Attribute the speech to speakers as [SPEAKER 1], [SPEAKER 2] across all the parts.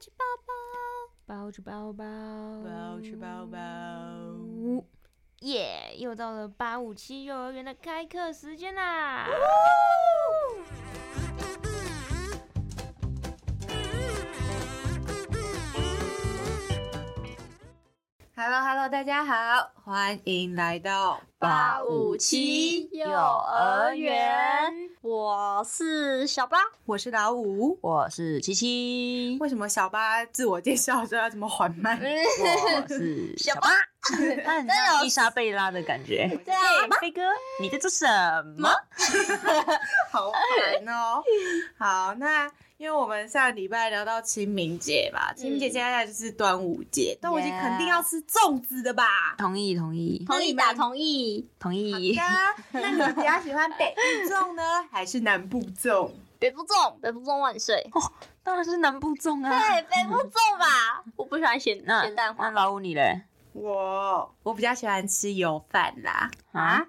[SPEAKER 1] 吃包包，包吃包包，
[SPEAKER 2] 包吃包包。
[SPEAKER 1] 耶！又到了八五七幼儿园的开课时间啦！
[SPEAKER 2] Hello Hello，大家好，欢迎来到
[SPEAKER 3] 857幼儿园，我是小八，
[SPEAKER 2] 嗯我是老五。
[SPEAKER 3] 我是七七，
[SPEAKER 2] 为什么小八自我介绍的时候要这么缓慢？
[SPEAKER 3] 我是嗯小八， 那很像伊莎贝拉的感觉。
[SPEAKER 1] 对啊，
[SPEAKER 3] 飞哥，你在做什么？
[SPEAKER 2] 好烦哦。好，那因为我们上礼拜聊到清明节嘛，清明节接下来就是端午节，端午节
[SPEAKER 3] Yeah
[SPEAKER 2] 肯定要吃粽子的吧？
[SPEAKER 3] 同意，同意，
[SPEAKER 2] 那
[SPEAKER 3] 同
[SPEAKER 2] 你
[SPEAKER 3] 意，
[SPEAKER 2] 们意
[SPEAKER 3] 同意
[SPEAKER 2] 打
[SPEAKER 3] 打同意，同意。
[SPEAKER 2] 那你们比较喜欢北部粽呢，还是南部粽？
[SPEAKER 3] 北部粽，啊
[SPEAKER 1] 北部粽万 岁！
[SPEAKER 3] 当然是南部粽啊。
[SPEAKER 1] 对，北部粽吧，我不喜欢咸
[SPEAKER 3] 那
[SPEAKER 1] 咸蛋
[SPEAKER 3] 那
[SPEAKER 1] 黄。
[SPEAKER 3] 老五你嘞？
[SPEAKER 2] 我我比较喜欢吃油饭啦。
[SPEAKER 3] 啊？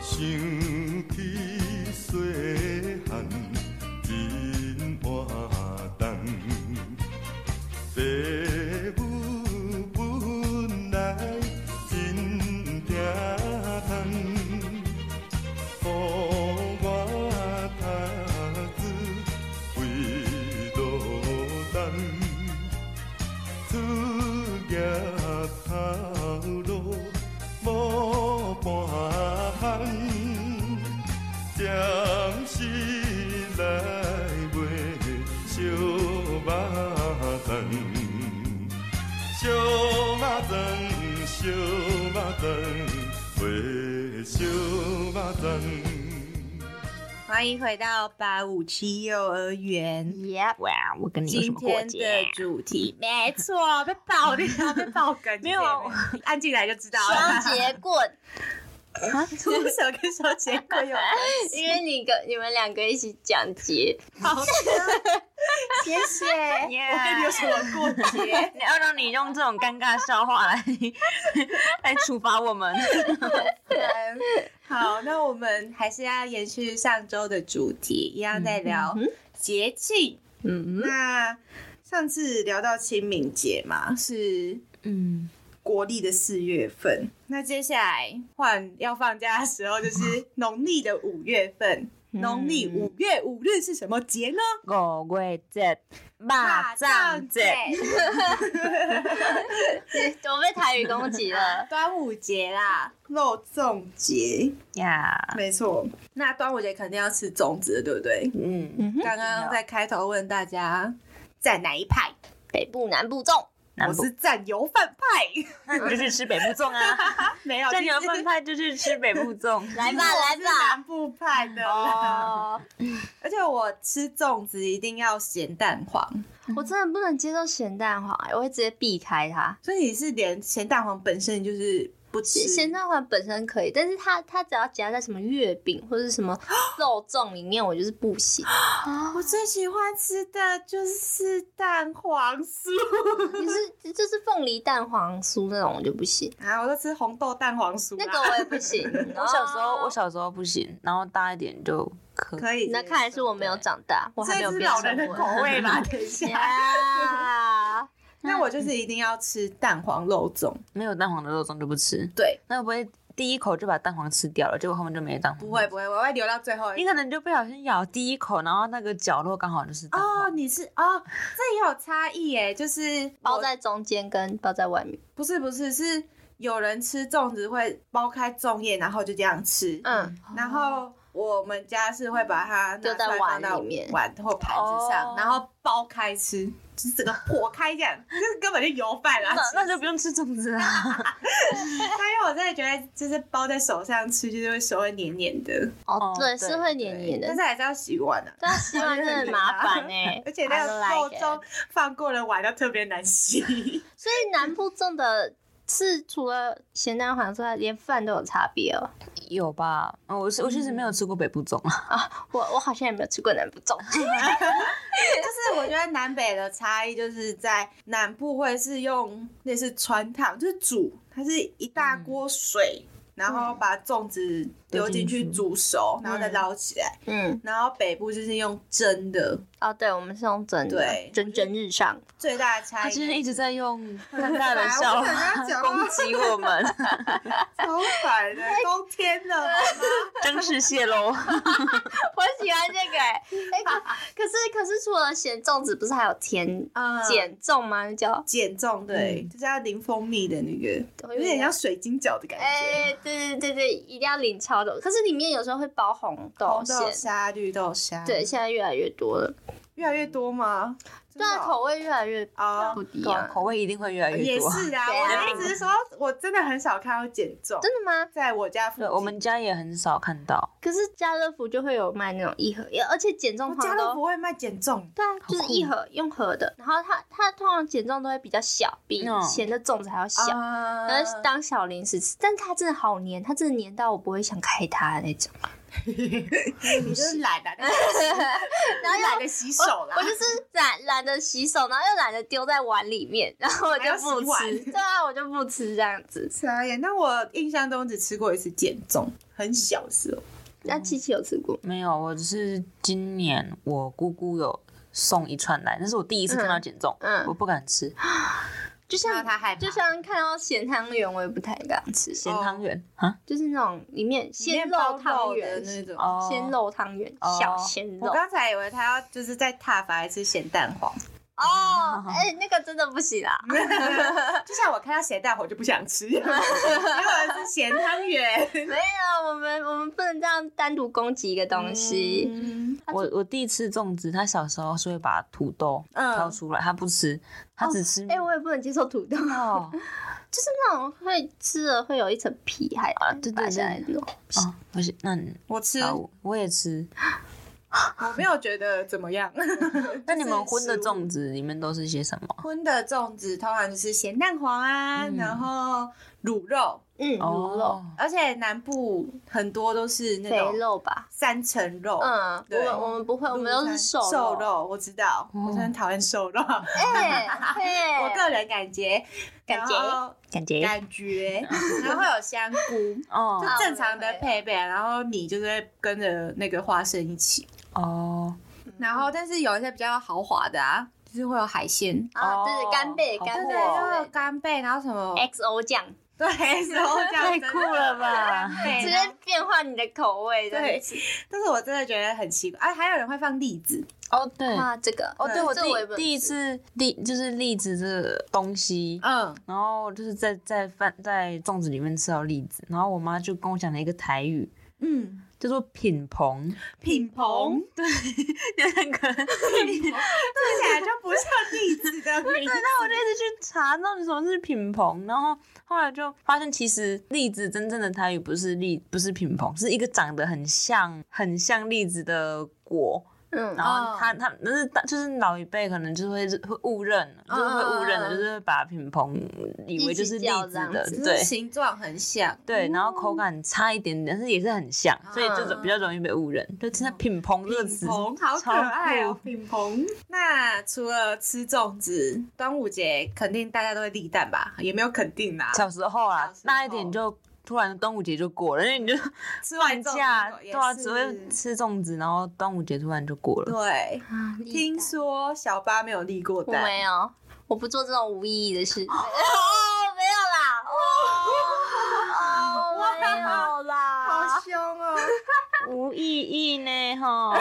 [SPEAKER 4] 生起细汉真活动，爸母本来真疼痛，予我踏子为落单，出业头路无半项，暂时来袂小肉粽，小肉粽，小肉粽，袂小肉粽。
[SPEAKER 2] 欢迎回到八五七幼儿园。
[SPEAKER 1] 耶！
[SPEAKER 3] 哇，我跟你有什
[SPEAKER 2] 今
[SPEAKER 3] 么过
[SPEAKER 2] 天
[SPEAKER 3] 节
[SPEAKER 2] 的？主题没错，被爆料，被爆 梗，没有按进来就知道
[SPEAKER 1] 双
[SPEAKER 2] 了。
[SPEAKER 1] 节棍，
[SPEAKER 2] 出手跟手结果有
[SPEAKER 1] 因为你跟你们两个一起讲 节，
[SPEAKER 2] 好的，谢谢。
[SPEAKER 3] Yeah
[SPEAKER 2] 我跟你有什么过节？
[SPEAKER 3] 你要让你用这种尴尬笑话来 来处罚我们。
[SPEAKER 2] 好，那我们还是要延续上周的主题，一样在聊节庆。
[SPEAKER 3] 嗯
[SPEAKER 2] 那上次聊到清明节嘛，是
[SPEAKER 3] 嗯，
[SPEAKER 2] 国历的四月份。那接下来换要放假的时候，就是农历的五月份。
[SPEAKER 3] 嗯
[SPEAKER 2] 农历五月五日是什么节呢？
[SPEAKER 3] 五月节，马葬节。
[SPEAKER 1] 我被台语攻击了。
[SPEAKER 2] 端午节啦，肉粽节，
[SPEAKER 3] 呀，
[SPEAKER 2] 没错。那端午节肯定要吃粽子的，对不对？
[SPEAKER 3] 嗯，
[SPEAKER 2] 刚刚在开头问大家在哪一派，
[SPEAKER 1] 北部、南部粽，
[SPEAKER 3] 南
[SPEAKER 2] 我
[SPEAKER 3] 部
[SPEAKER 2] 是站油饭派，
[SPEAKER 3] 那你就去吃北部粽 啊，
[SPEAKER 2] 没有，
[SPEAKER 3] 这你们
[SPEAKER 2] 其实
[SPEAKER 3] 分派就去吃北部 粽。
[SPEAKER 1] 来吧
[SPEAKER 2] 我
[SPEAKER 1] 来
[SPEAKER 2] 是
[SPEAKER 1] 吧。
[SPEAKER 2] 南部派的啦。
[SPEAKER 1] 哦，
[SPEAKER 2] 而且我吃粽子一定要咸蛋黄，
[SPEAKER 1] 我真的不能接受咸蛋黄，哎我会直接避开它。
[SPEAKER 2] 所以你是连咸蛋黄本身就是不吃
[SPEAKER 1] 咸咸蛋黄本身可以，但是它它只要夹在什么月饼或者是 什么肉粽里面，我就是不 行。
[SPEAKER 2] 我最喜欢吃的就是蛋黄酥
[SPEAKER 1] 你是就是凤梨蛋黄酥那种我就 不行，
[SPEAKER 2] 啊，我都吃红豆蛋黄酥啦，
[SPEAKER 1] 那个我也不 行。
[SPEAKER 3] 我小时候，我小时候不行，然后大一点就哦可以。
[SPEAKER 2] 可以。
[SPEAKER 1] 那看来是我没有长大，我还没
[SPEAKER 2] 这
[SPEAKER 1] 有
[SPEAKER 2] 是
[SPEAKER 1] 变
[SPEAKER 2] 老
[SPEAKER 1] 成嗯
[SPEAKER 2] 人的口味 吧？等一下，
[SPEAKER 1] 呀，
[SPEAKER 2] 那我就是一定要吃蛋黄肉粽，
[SPEAKER 3] 没有蛋黄的肉粽就不吃，
[SPEAKER 2] 对，
[SPEAKER 3] 那会不会第一口就把蛋黄吃掉了，结果后面就没蛋黄？
[SPEAKER 2] 不会，不会，我会留到最后一
[SPEAKER 3] 你。可能就不小心咬第一口，然后那个角落刚好就是蛋
[SPEAKER 2] 哦，
[SPEAKER 3] 黄。
[SPEAKER 2] 你是哦，这也有差异耶，就是
[SPEAKER 1] 包
[SPEAKER 2] 我
[SPEAKER 1] 在中间跟包在外面。
[SPEAKER 2] 不是不是是有人吃粽子会剥开粽叶，然后就这样吃，
[SPEAKER 1] 嗯，
[SPEAKER 2] 然后我们家是会把它
[SPEAKER 1] 丢
[SPEAKER 2] 拿出
[SPEAKER 1] 在
[SPEAKER 2] 来
[SPEAKER 1] 碗
[SPEAKER 2] 放到
[SPEAKER 1] 里面
[SPEAKER 2] 碗或盘子上，
[SPEAKER 3] 哦
[SPEAKER 2] 然后剥开吃，就是整个破开这样，就是根本就油饭啦
[SPEAKER 3] 那。啊那就不用吃粽 子啦。
[SPEAKER 2] 但因为我真的觉得，就是包在手上吃，就是会手会黏黏的，
[SPEAKER 1] 哦
[SPEAKER 3] 哦，
[SPEAKER 1] 对，
[SPEAKER 3] 对
[SPEAKER 1] 是会黏黏的
[SPEAKER 2] 但，是还是要洗碗的、啊。
[SPEAKER 1] 但洗碗真的很麻
[SPEAKER 2] ，
[SPEAKER 1] 烦哎
[SPEAKER 2] 而且那
[SPEAKER 1] I
[SPEAKER 2] 个
[SPEAKER 1] don't
[SPEAKER 2] 肉
[SPEAKER 1] like it
[SPEAKER 2] 粽放过了碗，要特别难洗。
[SPEAKER 1] 所以南部种的是除了咸蛋黄之外，连饭都有差别哦。
[SPEAKER 3] 有吧？哦，我是我确实没
[SPEAKER 2] 嗯
[SPEAKER 3] 有吃过北部粽啊。
[SPEAKER 1] 我我好像也没有吃过南部粽，
[SPEAKER 2] 就是我觉得南北的差异就是在南部会是用类似穿烫，就是煮，它是一大锅水，然后把粽子嗯丢进去
[SPEAKER 3] 丢进去
[SPEAKER 2] 煮熟，然后再捞起来。
[SPEAKER 1] 嗯，
[SPEAKER 2] 然后北部就是用蒸的，
[SPEAKER 1] 哦，对，我们是用蒸的，
[SPEAKER 2] 对
[SPEAKER 1] 蒸蒸日上，
[SPEAKER 2] 最大的差
[SPEAKER 3] 他
[SPEAKER 2] 异
[SPEAKER 3] 就是一直在用 尴
[SPEAKER 2] 很
[SPEAKER 3] 尬的
[SPEAKER 2] 烦
[SPEAKER 3] 笑
[SPEAKER 2] 我想跟他
[SPEAKER 3] 话
[SPEAKER 2] 讲话
[SPEAKER 3] 攻击 我们，
[SPEAKER 2] 超烦的， 冬天了，
[SPEAKER 3] 正式泄 露。
[SPEAKER 1] 我喜欢这 个、欸。哎、可可是可是除了咸粽子，不是还有甜
[SPEAKER 2] 嗯，
[SPEAKER 1] 碱粽吗？那叫
[SPEAKER 2] 减重，
[SPEAKER 1] 嗯
[SPEAKER 2] 对，就是要淋蜂蜜的那个，有点像水晶饺的感觉。
[SPEAKER 1] 哎、对对对对，一定要淋超多。可是里面有时候会包红豆嗯
[SPEAKER 2] 红
[SPEAKER 1] 馅，
[SPEAKER 2] 豆沙、绿豆沙，
[SPEAKER 1] 对，，现在越来越多了，
[SPEAKER 2] 越来越多吗？哦
[SPEAKER 1] 对啊，口味越来越
[SPEAKER 2] 啊，
[SPEAKER 1] 不一
[SPEAKER 3] 对啊
[SPEAKER 1] 样。
[SPEAKER 3] 口味一定会越来越
[SPEAKER 2] 也
[SPEAKER 3] 多。
[SPEAKER 2] 是啊，
[SPEAKER 1] 对啊
[SPEAKER 2] 我只是说，我真的很少看到减重，
[SPEAKER 1] 真的吗？
[SPEAKER 2] 在我家附
[SPEAKER 3] 对，
[SPEAKER 2] 近，
[SPEAKER 3] 我们家也很少看到，
[SPEAKER 1] 可是家乐福就会有卖那种一盒，而且减重
[SPEAKER 2] 我
[SPEAKER 1] 通
[SPEAKER 2] 家
[SPEAKER 1] 常
[SPEAKER 2] 都
[SPEAKER 1] 都
[SPEAKER 2] 不会卖减重，
[SPEAKER 1] 对啊，
[SPEAKER 2] 哦
[SPEAKER 1] 就是一盒用盒的。然后它它通常减重都会比较小，比
[SPEAKER 3] 嗯
[SPEAKER 1] 咸的粽子还要小，
[SPEAKER 2] 啊
[SPEAKER 1] 然后当小零食吃。但它真的好黏，它真的黏到我不会想开它的 那种。
[SPEAKER 2] 你就是懒啊， 然后懒得洗手啦
[SPEAKER 1] 我，就是懒懒得洗手，然后又懒得丢在碗里面，然后我就
[SPEAKER 2] 还要
[SPEAKER 1] 不
[SPEAKER 2] 洗碗
[SPEAKER 1] 吃。对啊，我就不吃这样子。
[SPEAKER 2] 傻眼。那我印象中只吃过一次减重，很小的时候。
[SPEAKER 1] 那
[SPEAKER 2] 嗯
[SPEAKER 1] 七七有吃过？
[SPEAKER 3] 没有。我只是今年我姑姑有送一串来，那是我第一次看到减重，
[SPEAKER 1] 嗯嗯
[SPEAKER 3] 我不敢吃
[SPEAKER 2] 哦
[SPEAKER 1] 就像
[SPEAKER 2] 那他害怕
[SPEAKER 1] 就像看到咸汤圆，我也不太敢吃，哦
[SPEAKER 3] 咸汤圆啊，
[SPEAKER 1] 就是那种里面鲜
[SPEAKER 2] 面包
[SPEAKER 1] 肉汤
[SPEAKER 2] 的
[SPEAKER 1] 圆
[SPEAKER 2] 那种
[SPEAKER 3] 哦
[SPEAKER 1] 鲜肉汤圆，
[SPEAKER 3] 哦
[SPEAKER 1] 小鲜
[SPEAKER 2] 我
[SPEAKER 1] 肉
[SPEAKER 2] 刚才以为他要就是再挞伐一次咸蛋黄，
[SPEAKER 1] 哦，哎，那个真的不行啊啦，
[SPEAKER 2] 就像我看到咸蛋黄就不想 吃，因为我是咸汤圆。
[SPEAKER 1] 没有，我们我们不能这样单独攻击一个东西，
[SPEAKER 2] 嗯
[SPEAKER 3] 我我第一次粽子，他小时候是会把土豆
[SPEAKER 2] 嗯哦
[SPEAKER 3] 挑出来，他不吃，他只吃
[SPEAKER 1] 哎，我也不能接受土豆，
[SPEAKER 3] 哦，
[SPEAKER 1] 就是那种会吃了会有一层皮还
[SPEAKER 3] 啊对对
[SPEAKER 1] 拔下来的那种，
[SPEAKER 3] 哦，不是，那你
[SPEAKER 2] 我吃，
[SPEAKER 3] 啊
[SPEAKER 2] 我
[SPEAKER 3] 我我也吃。
[SPEAKER 2] 没有觉得怎么样。
[SPEAKER 3] 那你们荤的
[SPEAKER 2] 食物
[SPEAKER 3] 粽子里面都是些什么？
[SPEAKER 2] 荤的粽子通常就是咸蛋黄啊，
[SPEAKER 3] 嗯
[SPEAKER 2] 然后卤肉，
[SPEAKER 1] 嗯，牛肉、
[SPEAKER 3] 哦，
[SPEAKER 2] 而且南部很多都是那
[SPEAKER 1] 肥
[SPEAKER 2] 种
[SPEAKER 1] 肉吧，
[SPEAKER 2] 三层肉。
[SPEAKER 1] 嗯，我
[SPEAKER 2] 对
[SPEAKER 1] 们我们不会，我们都是瘦
[SPEAKER 2] 瘦，肉，我知道，
[SPEAKER 3] 哦
[SPEAKER 2] 我是很讨厌瘦肉。
[SPEAKER 1] 哎哎，
[SPEAKER 2] 我个人感觉，
[SPEAKER 1] 感觉
[SPEAKER 2] 然后
[SPEAKER 3] 感觉
[SPEAKER 2] 感 觉，然后会有香菇，
[SPEAKER 3] 哦
[SPEAKER 2] 就正常的配备，然后米就是会跟着那个花生一起，
[SPEAKER 3] 哦，
[SPEAKER 1] 嗯
[SPEAKER 2] 然后但是有一些比较豪华的啊，就是会有海鲜，
[SPEAKER 1] 啊，对对，干贝
[SPEAKER 3] 哦好哦
[SPEAKER 1] 干
[SPEAKER 2] 对
[SPEAKER 1] 贝
[SPEAKER 2] 对，会有干贝，然后什么，
[SPEAKER 1] ，XO 酱。
[SPEAKER 2] 对，然后这样
[SPEAKER 3] 太
[SPEAKER 2] 真的
[SPEAKER 3] 酷了吧！
[SPEAKER 2] 对
[SPEAKER 1] 直接变换你的口味这样
[SPEAKER 2] 对
[SPEAKER 1] 子。，
[SPEAKER 2] 但是我真的觉得很奇怪，啊，还有人会放栗子，
[SPEAKER 3] 哦，对，
[SPEAKER 1] 啊，这个
[SPEAKER 3] 哦，对
[SPEAKER 2] 对
[SPEAKER 3] 我
[SPEAKER 1] 这我也不
[SPEAKER 3] 第
[SPEAKER 1] 能
[SPEAKER 3] 第一
[SPEAKER 1] 吃
[SPEAKER 3] 次栗就是栗子这个东西，
[SPEAKER 2] 嗯，
[SPEAKER 3] 然后就是在在饭在粽子里面吃到栗子，然后我妈就跟我讲了一个台语，
[SPEAKER 2] 嗯，
[SPEAKER 3] 叫做品棚，
[SPEAKER 2] 品棚听
[SPEAKER 3] 那个，
[SPEAKER 2] 起来就不像栗子的名字，
[SPEAKER 3] 我就一直去查到底什么是品棚，然后后来就发现其实栗子真正的台语不是栗，不是品棚，是一个长得很像很像栗子的果，
[SPEAKER 1] 嗯
[SPEAKER 3] 然
[SPEAKER 2] 哦
[SPEAKER 3] 后他他那是大就是老一辈可能就是会会误认，就是会误认
[SPEAKER 2] 嗯嗯
[SPEAKER 3] 的，
[SPEAKER 2] 嗯
[SPEAKER 3] 就是会把品棚以为就是栗子的
[SPEAKER 1] 一起，
[SPEAKER 2] 只
[SPEAKER 3] 对
[SPEAKER 2] 是形状很像，
[SPEAKER 3] 对，然后口感差一点点，但是也是很像，所以就
[SPEAKER 2] 嗯哦
[SPEAKER 3] 比较容易被误认。就听到品棚这个词，
[SPEAKER 2] 棚好可
[SPEAKER 3] 超
[SPEAKER 2] 爱哦，
[SPEAKER 3] 酷
[SPEAKER 2] 品棚。那除了吃粽子，端午节肯定大家都会立蛋吧？也没有肯定啦，
[SPEAKER 3] 小时候啊
[SPEAKER 2] 小时，候
[SPEAKER 3] 大一点就突然端午节就过了，因为你就
[SPEAKER 2] 吃
[SPEAKER 3] 放
[SPEAKER 2] 完粽
[SPEAKER 3] 假，
[SPEAKER 2] 子
[SPEAKER 3] 对
[SPEAKER 2] 也
[SPEAKER 3] 啊，
[SPEAKER 2] 是
[SPEAKER 3] 只会吃粽子，然后端午节突然就过了。
[SPEAKER 2] 对。
[SPEAKER 1] 啊立
[SPEAKER 2] 听
[SPEAKER 1] 蛋
[SPEAKER 2] 说小八没有立过
[SPEAKER 1] 我
[SPEAKER 2] 蛋，
[SPEAKER 1] 没有，哦我不做这种无意义 的事。哦，没有啦， 哦，哦没有 啦，
[SPEAKER 2] 凶哦！
[SPEAKER 3] 无意义呢，哈。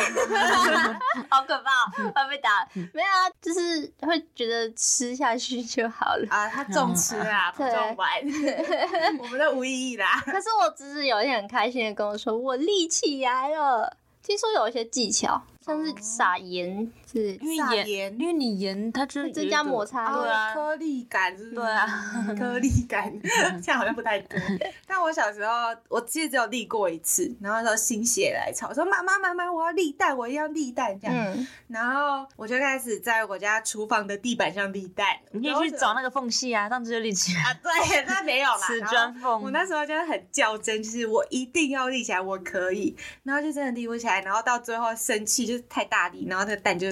[SPEAKER 1] 好可怕，要被打。没有啊，就是会觉得吃下去就好了。
[SPEAKER 2] 啊，他
[SPEAKER 3] 嗯
[SPEAKER 2] 重吃啊，不
[SPEAKER 1] 对
[SPEAKER 2] 重玩， 我们都无意义啦。
[SPEAKER 1] 可是我侄子有一天很开心的跟我说，我立起来了。听说有一些技巧，像是撒盐是
[SPEAKER 3] 因
[SPEAKER 2] 撒
[SPEAKER 3] 为盐，
[SPEAKER 2] 盐哦
[SPEAKER 3] 因为你盐它就是
[SPEAKER 1] 增加摩擦力
[SPEAKER 3] 对啊，
[SPEAKER 2] 颗粒感是不是？嗯
[SPEAKER 3] 对啊，
[SPEAKER 2] 颗粒感，这样好像不太对。 但我小时候，我其实只有立过一次，然后那时候心血来潮，我说妈妈妈妈，我要立蛋，我要立蛋这样。
[SPEAKER 1] 嗯，
[SPEAKER 2] 然后我就开始在我家厨房的地板上立蛋，
[SPEAKER 3] 你可以去找那个缝隙啊，这样子就立起来。
[SPEAKER 2] 啊， 对，那没有啦，
[SPEAKER 3] 瓷
[SPEAKER 2] 然后
[SPEAKER 3] 砖缝
[SPEAKER 2] 我那时候就是很较真，就是我一定要立起来，我可以，然后就真的立不起来，然后到最后生气就是太大力，然后那个 蛋就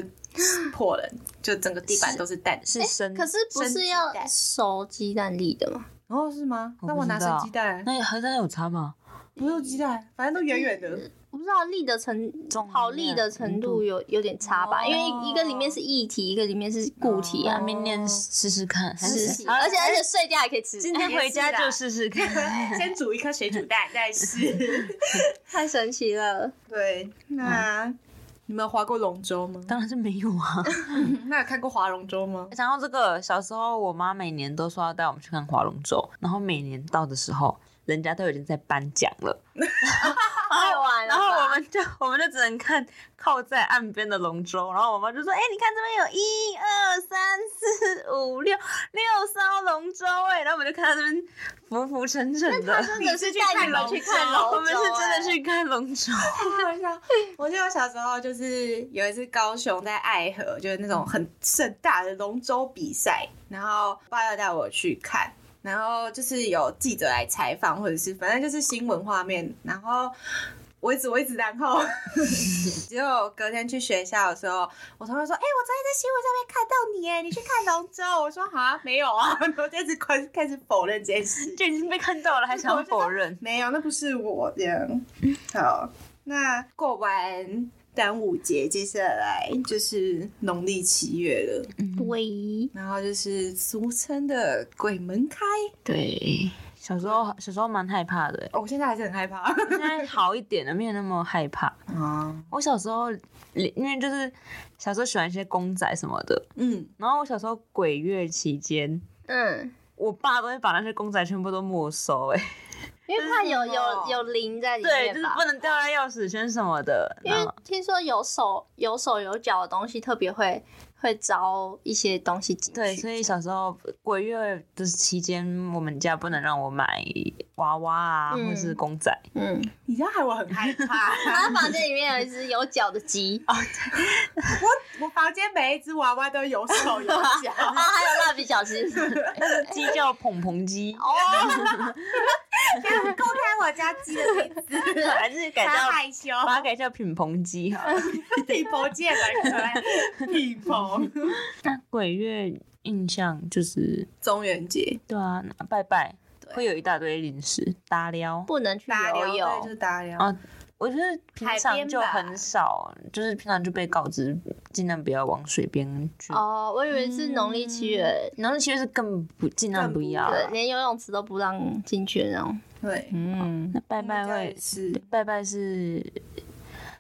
[SPEAKER 2] 破了，就整个地板都是蛋。
[SPEAKER 3] 是生，
[SPEAKER 1] 可是不
[SPEAKER 2] 生
[SPEAKER 1] 是
[SPEAKER 2] 鸡
[SPEAKER 1] 要
[SPEAKER 2] 蛋
[SPEAKER 1] 熟鸡蛋粒的吗？
[SPEAKER 2] 哦，是吗？
[SPEAKER 3] 我
[SPEAKER 2] 那
[SPEAKER 3] 不
[SPEAKER 2] 我
[SPEAKER 3] 知
[SPEAKER 2] 拿生
[SPEAKER 3] 道
[SPEAKER 2] 鸡蛋，
[SPEAKER 3] 那和那有差吗？
[SPEAKER 2] 不用鸡蛋，反正都圆圆的。
[SPEAKER 1] 我不知道粒的程
[SPEAKER 3] 重量
[SPEAKER 1] 好粒的程度有有点差吧，
[SPEAKER 3] 哦
[SPEAKER 1] 因为一一个里面是液体，一个里面是固体
[SPEAKER 3] 那
[SPEAKER 1] 啊，
[SPEAKER 3] 明年试试看，还
[SPEAKER 1] 是
[SPEAKER 3] 是
[SPEAKER 1] 是
[SPEAKER 3] 好
[SPEAKER 1] 而且而且睡觉还可以吃，
[SPEAKER 3] 今
[SPEAKER 2] 哎
[SPEAKER 3] 天回家 就试试看。
[SPEAKER 2] 先煮一颗水煮蛋再试。
[SPEAKER 1] 太神奇了。
[SPEAKER 2] 对，那、你们有划过龙舟吗？
[SPEAKER 3] 当然是没有 啊。
[SPEAKER 2] 那有看过划龙舟吗？
[SPEAKER 3] 想到这个，小时候我妈每年都说要带我们去看划龙舟，然后每年到的时候，人家都已经在颁奖了，
[SPEAKER 1] 太晚了
[SPEAKER 3] 然
[SPEAKER 1] 吧，
[SPEAKER 3] 后我们就我们就只能看靠在岸边的龙舟，然后我妈就说：“哎、你看这边有一二三四五六六艘龙舟，哎，然后我们就看到这边浮浮沉沉的。”
[SPEAKER 1] 真的是带你们去看
[SPEAKER 3] 我
[SPEAKER 1] 龙
[SPEAKER 3] 们
[SPEAKER 1] 舟，
[SPEAKER 3] 是真的
[SPEAKER 1] 哎
[SPEAKER 3] 去看龙舟，
[SPEAKER 2] 好笑！我记得我小时候就是有一次高雄在爱河，就是那种很盛大的龙舟比赛，然后我爸要带我去看。然后就是有记者来采访，或者是反正就是新闻画面。然后我一直我一直，然后 结果隔天去学校的时候，我同学说：“哎、我昨天在新闻上面看到你，哎，你去看龙舟。”我说：“啊，没有啊。” 然后就一直开开始否认这件事。
[SPEAKER 3] 就已经被看到了，还想要否认？
[SPEAKER 2] 没有，那不是我这样。好，那过完端午节，接下来就是农历七月了，
[SPEAKER 1] 对，
[SPEAKER 2] 然后就是俗称的鬼门开。
[SPEAKER 3] 对，小时候小时候蛮害怕的，
[SPEAKER 2] 哦，我现在还是很害怕。
[SPEAKER 3] 现在好一点了，没有那么害怕。
[SPEAKER 2] 啊，
[SPEAKER 3] 我小时候，因为就是小时候喜欢一些公仔什么的，
[SPEAKER 2] 嗯，
[SPEAKER 3] 然后我小时候鬼月期间，
[SPEAKER 1] 嗯，
[SPEAKER 3] 我爸都会把那些公仔全部都没收、哎，
[SPEAKER 1] 因为怕有有
[SPEAKER 2] 哦
[SPEAKER 1] 有零在里
[SPEAKER 3] 对，
[SPEAKER 1] 面
[SPEAKER 3] 就是
[SPEAKER 1] 吧
[SPEAKER 3] 不。能掉在钥匙圈什么的。
[SPEAKER 1] 因
[SPEAKER 3] 然
[SPEAKER 1] 为
[SPEAKER 3] 后
[SPEAKER 1] 听说有手有手有脚的东西特别会会招一些东西进去，
[SPEAKER 3] 对，所以小时候鬼月的期间，我们家不能让我买娃娃啊，
[SPEAKER 1] 嗯
[SPEAKER 3] 或是公仔。
[SPEAKER 1] 嗯，
[SPEAKER 2] 你知道害我很害怕。
[SPEAKER 1] 他啊房间里面有一只有脚的 鸡啊，
[SPEAKER 2] 我房间每一只娃娃都有手有 脚。
[SPEAKER 1] 还有蜡笔小 新，哦
[SPEAKER 3] 鸡叫捧捧 鸡，
[SPEAKER 2] 不要公开我家鸡的名字，
[SPEAKER 3] 还是改
[SPEAKER 2] 它
[SPEAKER 3] 叫
[SPEAKER 2] 害羞。
[SPEAKER 3] 把它改叫品捧 鸡好了。
[SPEAKER 2] 屁蓬见人 可爱，屁蓬。
[SPEAKER 3] 鬼月印象就是，
[SPEAKER 2] 中元节
[SPEAKER 3] 对啊，拜拜
[SPEAKER 2] 对
[SPEAKER 3] 会有一大堆零食搭撩。
[SPEAKER 1] 不能去
[SPEAKER 2] 打聊，
[SPEAKER 1] 游
[SPEAKER 2] 对，就
[SPEAKER 1] 泳
[SPEAKER 2] 是，打聊。
[SPEAKER 3] 啊我觉得平
[SPEAKER 2] 海
[SPEAKER 3] 常
[SPEAKER 2] 边
[SPEAKER 3] 就
[SPEAKER 2] 吧
[SPEAKER 3] 很少，就是平常就被告知尽量不要往水边去。
[SPEAKER 1] 哦，我以为是农历七月，
[SPEAKER 3] 然后其实是更不尽量
[SPEAKER 2] 更
[SPEAKER 3] 不
[SPEAKER 2] 不
[SPEAKER 3] 要。
[SPEAKER 1] 对，连游泳池都不让进去的那 种。
[SPEAKER 2] 对，
[SPEAKER 1] 嗯，
[SPEAKER 3] 那拜拜
[SPEAKER 2] 我们家
[SPEAKER 3] 会
[SPEAKER 2] 也是
[SPEAKER 3] 拜拜是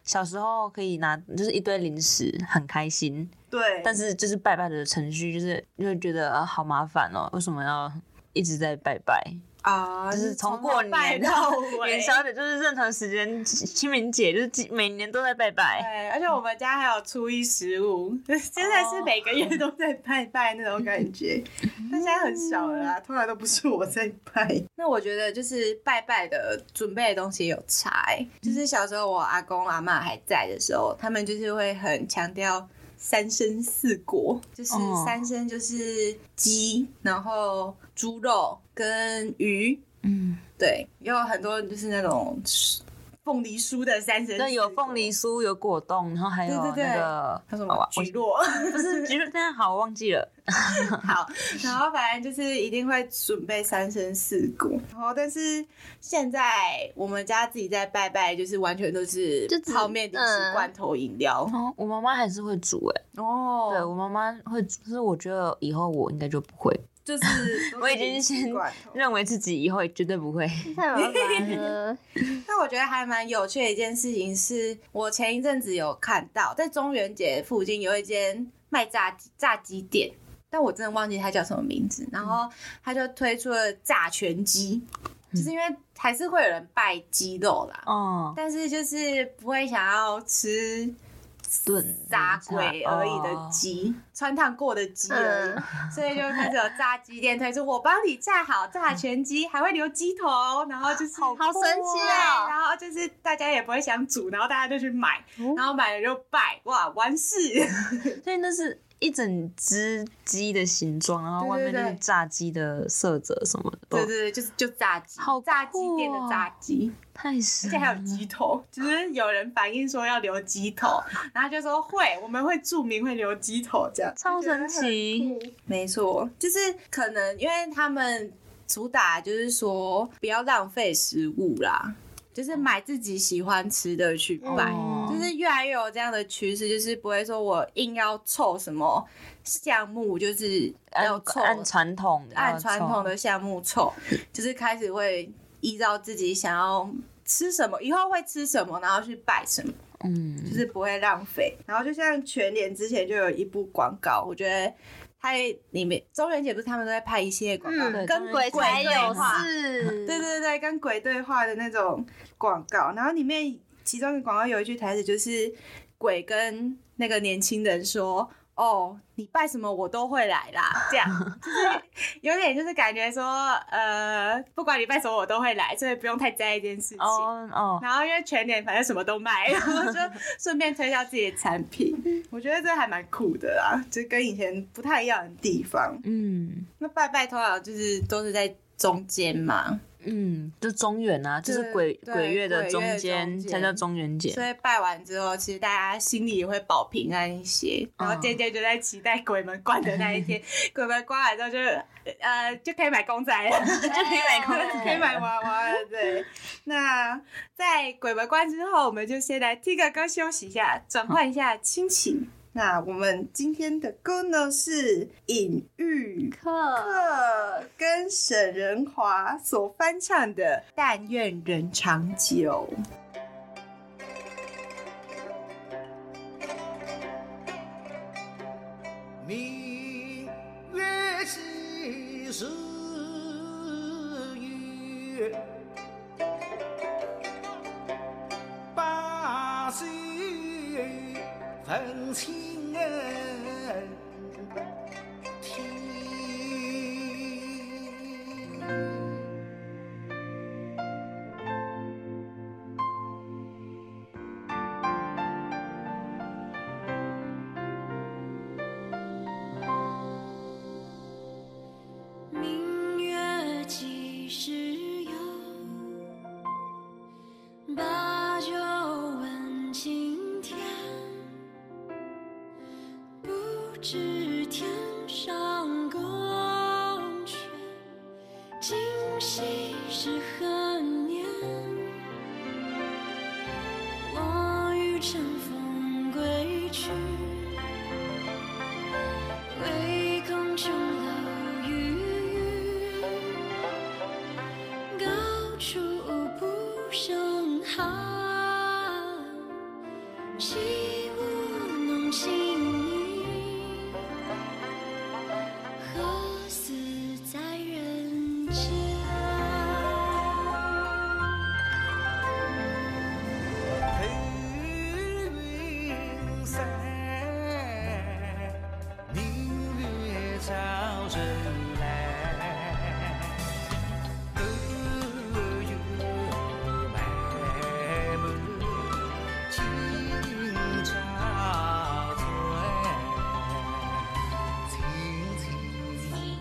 [SPEAKER 3] 小时候可以拿，就是一堆零食，很开心。
[SPEAKER 2] 对，
[SPEAKER 3] 但是就是拜拜的程序，就是就会觉得、啊、好麻烦哦，为什么要一直在拜拜？
[SPEAKER 2] 啊，
[SPEAKER 3] 就是从
[SPEAKER 2] 从
[SPEAKER 3] 过
[SPEAKER 2] 头拜
[SPEAKER 3] 年
[SPEAKER 2] 到
[SPEAKER 3] 元
[SPEAKER 2] 尾。
[SPEAKER 3] 宵节就是任何时间，清清明节就是几每年都在拜拜。
[SPEAKER 2] 对，而且我们家还有初一十五， 现在是每个月都在拜拜那种感觉，但现在很少了啦，通常都不是我在拜。嗯 那我觉得就是拜拜的准备的东西有差、欸，就是小时候我阿公阿妈还在的时候，他们就是会很强调三生四果，就是
[SPEAKER 3] 哦
[SPEAKER 2] 三生就是鸡，然后猪肉跟鱼，
[SPEAKER 3] 嗯，
[SPEAKER 2] 对，也有很多就是那种凤梨酥的三神，
[SPEAKER 3] 对，有凤梨，酥，有果冻，然后还有
[SPEAKER 2] 对对对
[SPEAKER 3] 那个
[SPEAKER 2] 还有什
[SPEAKER 3] 好吧
[SPEAKER 2] 么
[SPEAKER 3] 啊我
[SPEAKER 2] 菊 络，
[SPEAKER 3] 不是橘但是好，我忘记了。
[SPEAKER 2] 好，然后反正就是一定会准备三生四 果，然后但是现在我们家自己在拜拜，就是完全都是
[SPEAKER 1] 就只
[SPEAKER 2] 泡面、零食、
[SPEAKER 1] 嗯
[SPEAKER 2] 罐头、饮 料，
[SPEAKER 3] 哦，我妈妈还是会煮哎、
[SPEAKER 2] 哦，
[SPEAKER 3] 对我妈妈会煮，可是我觉得以后我应该就不会，
[SPEAKER 2] 就是都是
[SPEAKER 3] 我已经
[SPEAKER 2] 零食
[SPEAKER 3] 先
[SPEAKER 2] 罐头
[SPEAKER 3] 认为自己以后也绝对不会。
[SPEAKER 1] 太麻烦 了。
[SPEAKER 2] 那我觉得还蛮有趣的一件事情是，我前一阵子有看到，在中元节附近有一间卖炸鸡炸鸡店，但我真的忘记它叫什么名字。然后它就推出了炸全鸡，就是因为还是会有人拜鸡肉啦，
[SPEAKER 3] 哦，
[SPEAKER 2] 但是就是不会想要吃
[SPEAKER 3] 炖
[SPEAKER 2] 炸鬼而已的
[SPEAKER 3] 哦
[SPEAKER 2] 鸡，穿烫过的
[SPEAKER 1] 嗯
[SPEAKER 2] 鸡而已，所以就开始有炸鸡店推出，我帮你炸好炸全鸡，还会留鸡头，然后就是
[SPEAKER 3] 好啊
[SPEAKER 1] 好神奇
[SPEAKER 2] 对，
[SPEAKER 1] 哦！
[SPEAKER 2] 啊然后就是大家也不会想煮，然后大家就去买，
[SPEAKER 3] 哦
[SPEAKER 2] 然后买了就拜，哇，完事。
[SPEAKER 3] 所以那是一整只鸡的形状，然后
[SPEAKER 2] 对
[SPEAKER 3] 外面就
[SPEAKER 2] 对
[SPEAKER 3] 是
[SPEAKER 2] 对
[SPEAKER 3] 炸鸡的色泽什么的，
[SPEAKER 2] 对
[SPEAKER 3] 哦
[SPEAKER 2] 对对，就是就炸鸡，
[SPEAKER 3] 好酷哦
[SPEAKER 2] 炸鸡店的炸鸡，
[SPEAKER 3] 太
[SPEAKER 2] 而
[SPEAKER 3] 神
[SPEAKER 2] 且
[SPEAKER 3] 了！
[SPEAKER 2] 还有鸡
[SPEAKER 3] 啊
[SPEAKER 2] 头，就是有人反映说要留鸡头，然后就说会，我们会注明会留鸡头这样。
[SPEAKER 3] 超神奇，
[SPEAKER 2] 没错，就是可能因为他们主打就是说不要浪费食物啦，就是买自己喜欢吃的去买，
[SPEAKER 3] 哦
[SPEAKER 2] 就是越来越有这样的趋势，就是不会说我硬要凑什么项目，就是要
[SPEAKER 3] 按
[SPEAKER 2] 凑
[SPEAKER 3] 按传统，
[SPEAKER 2] 按传统
[SPEAKER 3] 要
[SPEAKER 2] 的项目凑，就是开始会依照自己想要吃什么，以后会吃什么，然后去摆什么。
[SPEAKER 3] 凑，嗯
[SPEAKER 2] 就，是不会浪费。然后就像全联之前就有一部广告，我觉得它里面中元节不是他们都在拍一系列广告，
[SPEAKER 1] 嗯
[SPEAKER 2] 跟
[SPEAKER 3] 对
[SPEAKER 2] 鬼
[SPEAKER 1] 鬼才
[SPEAKER 2] 对
[SPEAKER 1] 有
[SPEAKER 2] 话，
[SPEAKER 1] 事，
[SPEAKER 2] 对对对，跟鬼对话的那种广告。然后里面其中一个广告有一句台词就是鬼跟那个年轻人说。哦，你拜什么我都会来啦，这样就是 有点就是感觉说，呃，不管你拜什么我都会来，所以不用太在意这件事情。
[SPEAKER 3] 哦哦，
[SPEAKER 2] 然后因为全年反正什么都卖，然后就顺便推销自己的产品，我觉得这还蛮酷的啦，就跟以前不太一样的地方。
[SPEAKER 3] 嗯
[SPEAKER 2] 那拜拜通常就是都是在中间嘛，
[SPEAKER 3] 嗯，就中原啊，就是
[SPEAKER 2] 对
[SPEAKER 3] 鬼
[SPEAKER 2] 对
[SPEAKER 3] 鬼月的
[SPEAKER 2] 鬼月
[SPEAKER 3] 中
[SPEAKER 2] 中
[SPEAKER 3] 间
[SPEAKER 2] 间
[SPEAKER 3] 才叫中元节，
[SPEAKER 2] 所以拜完之后，其实大家心里也会保平安一些。然后渐渐就在期待鬼门关的那一 天，鬼门关完之后就呃就可以买公仔了， 就可以买公
[SPEAKER 1] 哎
[SPEAKER 2] 可以买娃娃了。对，那在鬼门关之后，我们就先来听个歌休息一下，转换一下心情。那我们今天的歌呢是隐喻
[SPEAKER 1] 课
[SPEAKER 2] 克跟沈仁华所翻唱的《但愿人长久》。
[SPEAKER 5] 明月几时有？把酒问青恩，天。
[SPEAKER 6] 明月几时有？把酒问青天。不知天上宫阙，今夕是何年？我欲乘风归去。唯恐琼楼玉宇，高处不胜寒。起舞弄清影，何似在人间？
[SPEAKER 5] 头云散，明月照人来。头月满目，今朝转，青青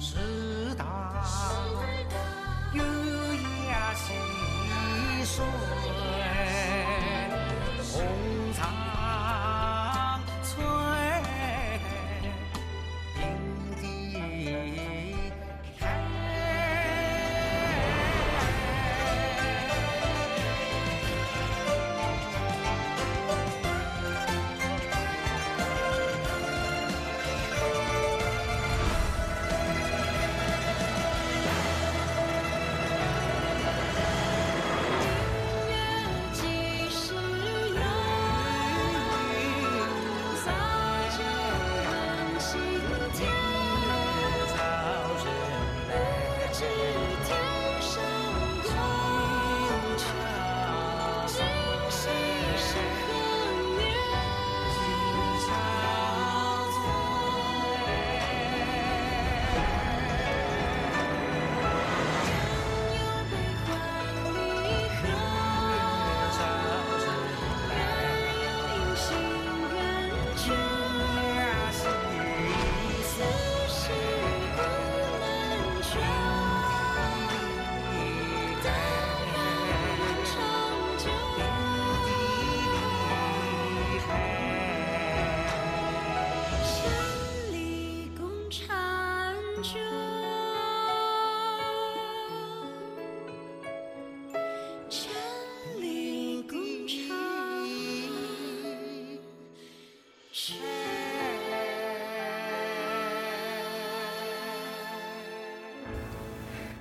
[SPEAKER 5] 石堂。有呀细水，红长翠，映的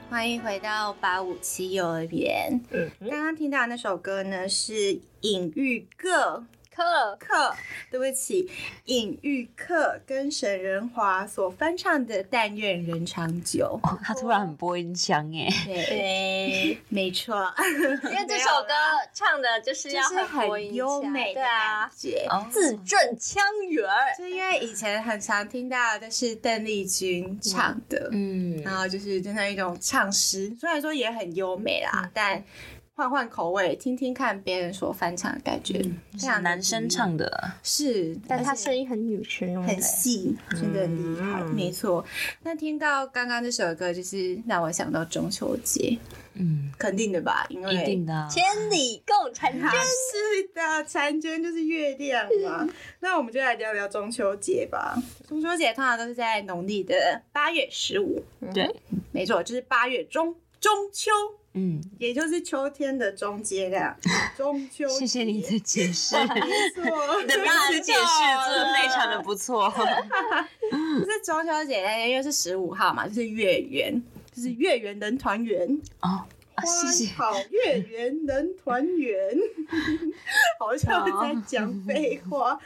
[SPEAKER 2] 欢迎回到八五七幼儿园。
[SPEAKER 1] 嗯，
[SPEAKER 2] 刚刚听到的那首歌呢是隐喻各
[SPEAKER 1] 克
[SPEAKER 2] 克，对不起，隐喻克跟沈仁华所翻唱的《但愿人长久》。
[SPEAKER 3] 哦他突然很播音腔哎，
[SPEAKER 2] 对，
[SPEAKER 1] 对，
[SPEAKER 2] 没错，
[SPEAKER 1] 因为这首歌唱的就是
[SPEAKER 2] 就
[SPEAKER 1] 要
[SPEAKER 2] 是
[SPEAKER 1] 播音
[SPEAKER 2] 很优
[SPEAKER 1] 腔
[SPEAKER 2] 美的
[SPEAKER 1] 对啊
[SPEAKER 2] 感，觉。
[SPEAKER 1] 字正腔圆儿。
[SPEAKER 2] 就因为以前很常听到的是邓丽君唱的，
[SPEAKER 1] 嗯，
[SPEAKER 2] 然后就是真的一种唱诗，虽然说也很优美啦，但换换口味，听听看别人所翻唱的感觉，非
[SPEAKER 3] 是
[SPEAKER 2] 常
[SPEAKER 3] 男生唱的，
[SPEAKER 2] 是，
[SPEAKER 1] 但
[SPEAKER 2] 而
[SPEAKER 1] 她
[SPEAKER 2] 且
[SPEAKER 1] 声音很女
[SPEAKER 3] 嗯
[SPEAKER 1] 生，
[SPEAKER 2] 很细，真的很厉害，没错。那听到刚刚这首歌，就是让我想到中秋节，
[SPEAKER 3] 嗯，
[SPEAKER 2] 肯定的吧？因为
[SPEAKER 3] 一定的啊。
[SPEAKER 1] 千里共婵
[SPEAKER 2] 真
[SPEAKER 1] 娟。
[SPEAKER 2] 是的，婵娟就是月亮嘛。那我们就来聊聊中秋节吧。中秋节通常都是在农历的八月十五，
[SPEAKER 3] 嗯
[SPEAKER 2] 嗯
[SPEAKER 3] 对，
[SPEAKER 2] 没错，就是八月中中秋，
[SPEAKER 3] 嗯，
[SPEAKER 2] 也就是秋天的中间啦。中秋，
[SPEAKER 3] 谢谢你的解释，
[SPEAKER 2] 没 错，
[SPEAKER 3] 你的名词解释真的非常的不错。
[SPEAKER 2] 就是中秋节那天，因为是十五号嘛，就是月圆，就是月圆人团圆。
[SPEAKER 3] 哦，啊谢谢。
[SPEAKER 2] 花好月圆能团圆， 好像在讲废话。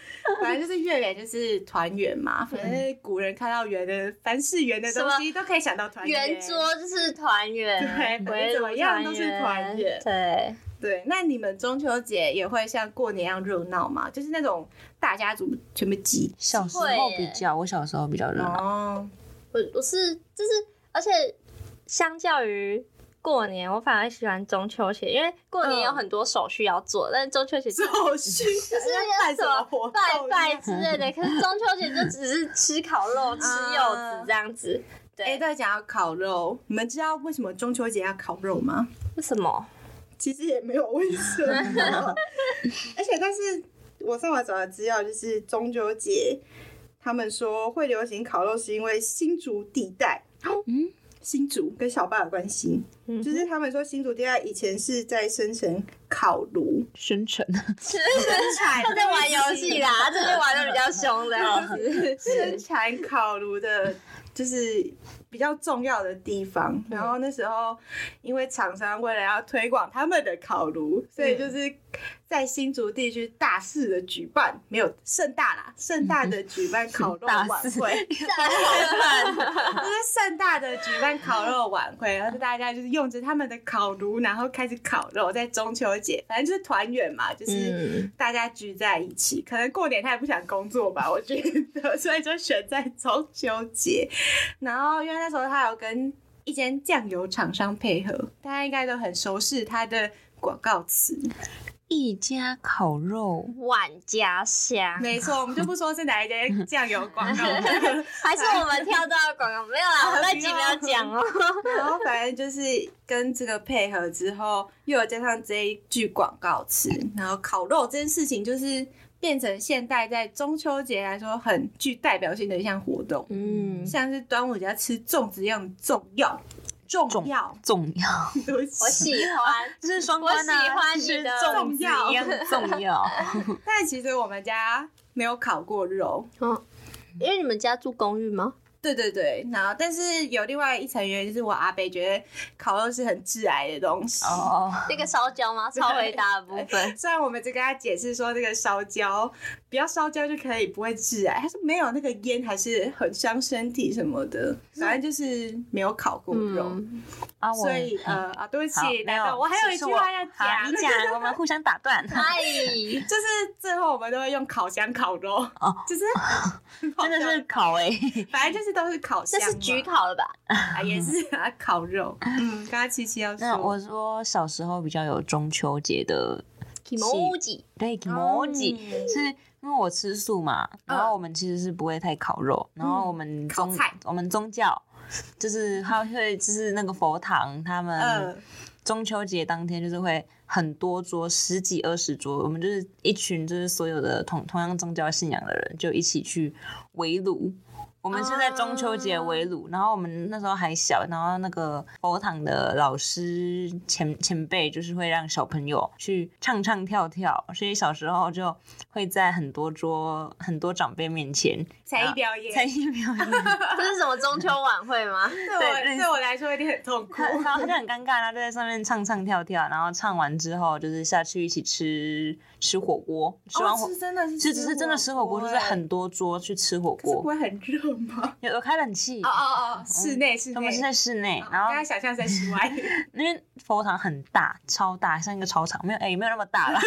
[SPEAKER 2] 反正就是月圆就是团圆嘛，反正古人看到圆的，凡是圆的东西都可以想到团圆。
[SPEAKER 1] 圆桌就是团圆，
[SPEAKER 2] 对
[SPEAKER 1] 围
[SPEAKER 2] 怎
[SPEAKER 1] 炉
[SPEAKER 2] 么样都是团圆
[SPEAKER 1] 对，
[SPEAKER 2] 对，那你们中秋节也会像过年一样热闹吗？就是那种大家族全部集。
[SPEAKER 3] 小时候比较，我小时候比较热闹。
[SPEAKER 2] 哦，
[SPEAKER 1] 我我是就是，而且相较于过年，我反而喜欢中秋节，因为过年有很多手续要做，但是中秋节就
[SPEAKER 2] 手续就是
[SPEAKER 1] 是
[SPEAKER 2] 办
[SPEAKER 1] 有
[SPEAKER 2] 什
[SPEAKER 1] 什
[SPEAKER 2] 么
[SPEAKER 1] 么
[SPEAKER 2] 活动
[SPEAKER 1] 拜
[SPEAKER 2] 啊？
[SPEAKER 1] 拜之类的。可是中秋节就只是吃烤 肉、吃柚子这样子。
[SPEAKER 2] 哎，
[SPEAKER 1] 对，
[SPEAKER 2] 对，讲到烤肉，你们知道为什么中秋节要烤肉吗？
[SPEAKER 1] 为什么？
[SPEAKER 2] 其实也没有为什 么。而且，但是我上网找的资料就是中秋节，他们说会流行烤肉是因为新竹地带，
[SPEAKER 3] 嗯，
[SPEAKER 2] 新竹跟小坝有关系，
[SPEAKER 1] 嗯
[SPEAKER 2] 就是他们说新竹地带以前是在生成烤炉，
[SPEAKER 3] 深沉，啊
[SPEAKER 1] 他 在玩游戏啦，他最近玩的比较凶的。哦
[SPEAKER 2] 生产烤炉的，就是。比较重要的地方，然后那时候因为厂商为了要推广他们的烤炉，所以
[SPEAKER 3] 嗯
[SPEAKER 2] 就是在新竹地区大肆的举办，没有盛大啦，盛大的举 办烤肉晚
[SPEAKER 3] 大肆
[SPEAKER 2] 会，就是盛大的举办烤肉晚会，然后大家就是用着他们的烤炉，然后开始烤肉，在中秋节，反正就是团圆嘛，就是大家聚在一起。可能过年他也不想工作吧，我觉得，所以就选在中秋节。然后因为那时候他有跟一间酱油厂商配合，大家应该都很熟悉他的广告词。
[SPEAKER 3] 一家烤肉，
[SPEAKER 1] 万家香，
[SPEAKER 2] 没错，我们就不说是哪一间酱油广告。
[SPEAKER 1] 还是我们跳到广告？没有 啦，我在几秒讲 哦。
[SPEAKER 2] 然后反正就是跟这个配合之后，又有加上这一句广告词，然后烤肉这件事情就是变成现代在中秋节来说很具代表性的一项活动，
[SPEAKER 1] 嗯，
[SPEAKER 2] 像是端午节要吃粽子一样重要，重要，
[SPEAKER 3] 重要，
[SPEAKER 2] 对不起
[SPEAKER 1] 我喜 欢。
[SPEAKER 3] 这是双
[SPEAKER 1] 我
[SPEAKER 3] 关
[SPEAKER 1] 喜
[SPEAKER 3] 啊，
[SPEAKER 1] 欢
[SPEAKER 3] 是
[SPEAKER 1] 你的
[SPEAKER 3] 粽子一样重 要。哦
[SPEAKER 2] 但其实我们家没有烤过肉，
[SPEAKER 1] 嗯，因为你们家住公寓吗？
[SPEAKER 2] 对对对，然后但是有另外一层原因，就是我阿伯觉得烤肉是很致癌的东西。
[SPEAKER 3] 哦，
[SPEAKER 1] 那个烧焦吗？超回答的部
[SPEAKER 2] 哎
[SPEAKER 1] 分。
[SPEAKER 2] 虽然我们只跟他解释说这个烧焦，不要烧焦就可以，不会致癌。他说没有，那个烟还是很伤身体什么的。反正就是没有烤过肉，
[SPEAKER 1] 嗯，
[SPEAKER 3] 啊，我
[SPEAKER 2] 所以呃啊，对不
[SPEAKER 3] 好
[SPEAKER 2] 起，
[SPEAKER 3] 没
[SPEAKER 2] 等
[SPEAKER 3] 有，
[SPEAKER 2] 等，我还有
[SPEAKER 3] 是
[SPEAKER 2] 一句
[SPEAKER 3] 我
[SPEAKER 2] 话要
[SPEAKER 3] 好
[SPEAKER 2] 讲
[SPEAKER 3] 你。讲，我们互相打断。
[SPEAKER 1] 哎，
[SPEAKER 2] 就是最后我们都会用烤箱烤肉，
[SPEAKER 3] 哦
[SPEAKER 2] 就是
[SPEAKER 3] 真的是，烤 哎、欸，
[SPEAKER 2] 反正就是都是烤
[SPEAKER 1] 这
[SPEAKER 2] 箱嘛，
[SPEAKER 1] 是焗烤了吧？
[SPEAKER 2] 啊，也是啊，烤肉。嗯，刚刚七七要
[SPEAKER 3] 那
[SPEAKER 2] 说，
[SPEAKER 3] 我说小时候比较有中秋节的
[SPEAKER 1] 提摩吉，
[SPEAKER 3] 对 k i
[SPEAKER 2] 哦
[SPEAKER 3] m o j i 是因为我吃素嘛，然后我们其实是不会太烤肉，然后我们宗
[SPEAKER 2] 嗯烤菜
[SPEAKER 3] 我们宗教就是他会就是那个佛堂，他
[SPEAKER 2] 呃
[SPEAKER 3] 们中秋节当天就是会很多桌，十几二十桌，我们就是一群就是所有的同同样宗教信仰的人就一起去围炉，我们是在中秋节围炉，然后我们那时候还小，然后那个佛堂的老师前前辈就是会让小朋友去唱唱跳跳，所以小时候就会在很多桌很多长辈面前
[SPEAKER 2] 才艺表演
[SPEAKER 3] 才艺表演，
[SPEAKER 1] 这是什么中秋晚会 吗？
[SPEAKER 2] 对我
[SPEAKER 3] 对
[SPEAKER 2] 对我来说有点很痛苦
[SPEAKER 3] 他。然后他就很尴尬，然后就在上面唱唱跳跳，然后唱完之后就是下去一起吃吃火锅，吃完
[SPEAKER 2] 哦，
[SPEAKER 3] 火。
[SPEAKER 2] 是真的是
[SPEAKER 3] 是，是真的吃火锅，就是
[SPEAKER 2] 欸
[SPEAKER 3] 很多桌去吃火
[SPEAKER 2] 可是不
[SPEAKER 3] 锅，
[SPEAKER 2] 会很热吗？
[SPEAKER 3] 有有开冷气
[SPEAKER 2] 哦，哦哦，室内室内，
[SPEAKER 3] 嗯他们是在室内，然后
[SPEAKER 2] 大家想象在室 外，
[SPEAKER 3] 因为佛堂很大，超大，像一个操场，没有哎、也没有那么大啦。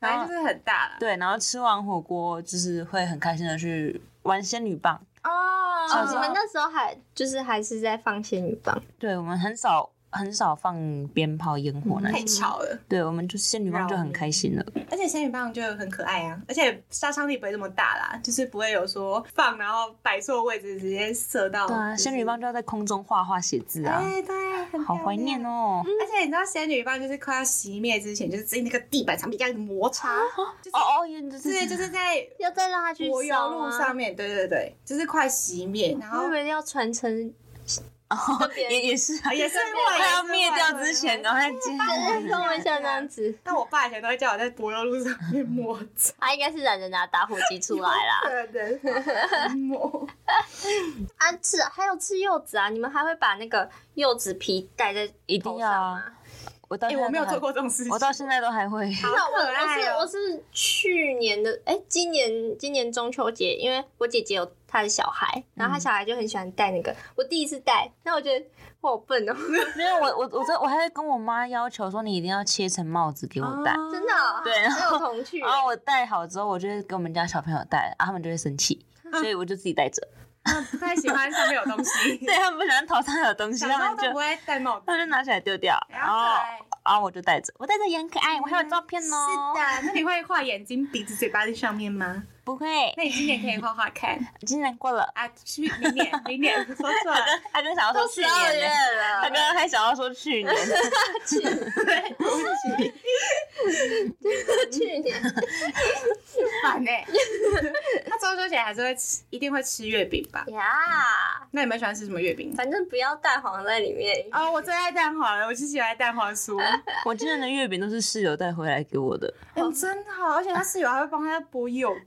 [SPEAKER 2] 反正就是很大了。
[SPEAKER 3] 对，然后吃完火锅就是会很开心的去玩仙女棒。
[SPEAKER 2] 哦
[SPEAKER 1] 哦，你们那时候还就是还是在放仙女棒，
[SPEAKER 3] 对我们很少很少放鞭炮、烟火那
[SPEAKER 2] 太
[SPEAKER 3] 些，
[SPEAKER 2] 吵了，
[SPEAKER 3] 对我们就是仙女棒就很开心了。
[SPEAKER 2] 嗯而且仙女棒就很可爱啊，而且杀伤力不会这么大啦，就是不会有说放然后摆错位置直接射到。
[SPEAKER 3] 对啊，
[SPEAKER 2] 就是
[SPEAKER 3] 仙女棒就要在空中画画、写字啊，
[SPEAKER 2] 哦哎对，很
[SPEAKER 3] 好怀念
[SPEAKER 2] 漂亮。嗯
[SPEAKER 3] 哦。
[SPEAKER 2] 而且你知道仙女棒就是快要熄灭之前，就是在那个地板上面这样摩擦，就是
[SPEAKER 3] 哦哦，原来
[SPEAKER 2] 是就是在
[SPEAKER 1] 要再让他去
[SPEAKER 2] 柏油
[SPEAKER 1] 烧
[SPEAKER 2] 路
[SPEAKER 1] 吗
[SPEAKER 2] 上，面，对对对，就是快熄灭，然后
[SPEAKER 1] 我以为要传承
[SPEAKER 3] 哦，
[SPEAKER 1] 别人
[SPEAKER 3] 也也是 啊，
[SPEAKER 2] 也是
[SPEAKER 3] 快
[SPEAKER 2] 会
[SPEAKER 3] 要灭掉之前，赶快 接。
[SPEAKER 1] 跟我像那样子，
[SPEAKER 2] 但我爸以前都会叫我在柏油路上面摸着，
[SPEAKER 1] 他应该是懒得拿打火机出来啦。
[SPEAKER 2] 对对 对，摸。
[SPEAKER 1] 啊，吃还有吃柚子啊，你们还会把那个柚子皮戴在
[SPEAKER 3] 一定
[SPEAKER 1] 头
[SPEAKER 3] 要
[SPEAKER 1] 上
[SPEAKER 3] 啊
[SPEAKER 1] 吗？
[SPEAKER 3] 我到
[SPEAKER 2] 哎，
[SPEAKER 3] 现在
[SPEAKER 2] 我没有
[SPEAKER 3] 都还
[SPEAKER 2] 做过这种事情，
[SPEAKER 3] 我到现在都 还会。
[SPEAKER 2] 好
[SPEAKER 1] 那我
[SPEAKER 2] 可
[SPEAKER 1] 我
[SPEAKER 2] 爱
[SPEAKER 1] 是
[SPEAKER 2] 哦
[SPEAKER 1] 我是去年的哎、今年今年中秋节，因为我姐姐有她的小孩，然后她小孩就很喜欢戴那个，我第一次戴，但我觉得我好笨哦，
[SPEAKER 3] 没有，我我我这我还会跟我妈要求说，你一定要切成帽子给我戴。
[SPEAKER 1] 真的、哦，
[SPEAKER 3] 对哦然
[SPEAKER 1] 很有童趣耶。
[SPEAKER 3] 然后我戴好之后，我就会给我们家小朋友戴，啊，他们就会生 气，所以我就自己戴着。
[SPEAKER 2] 不太喜欢上面有东西，
[SPEAKER 3] 对他们不喜欢头上有东西，
[SPEAKER 2] 小
[SPEAKER 3] 他
[SPEAKER 2] 时候
[SPEAKER 3] 们
[SPEAKER 2] 都
[SPEAKER 3] 就哦
[SPEAKER 2] 不会戴帽子。
[SPEAKER 3] 他们就拿起来丢掉，然
[SPEAKER 2] 后
[SPEAKER 3] 后
[SPEAKER 2] 戴嗯
[SPEAKER 3] 然后我就戴着，我戴着也很可爱，我还有照片哦。
[SPEAKER 2] 是，的，那你会画眼睛、鼻子、嘴巴在上面吗？
[SPEAKER 3] 不会，
[SPEAKER 2] 那你今年可以画画看
[SPEAKER 3] 今年过了，
[SPEAKER 2] 啊，去明年，明年说错了，
[SPEAKER 3] 他跟小妖说去
[SPEAKER 1] 12
[SPEAKER 3] 年
[SPEAKER 1] 月
[SPEAKER 3] 呢，
[SPEAKER 1] 了，
[SPEAKER 3] 他跟还小妖说去年，
[SPEAKER 1] 去年
[SPEAKER 2] 烦呢。他中秋节还是会吃，一定会吃月饼吧？
[SPEAKER 1] 呀，
[SPEAKER 2] 那你们喜欢吃什么月饼？
[SPEAKER 1] 反正不要蛋黄在里面。
[SPEAKER 2] 哦，我最爱蛋黄了，我就喜欢蛋黄酥。
[SPEAKER 3] 我今年的月饼都是室友带回来给我的，
[SPEAKER 2] 嗯，真好，而且他室友还会帮他剥柚子，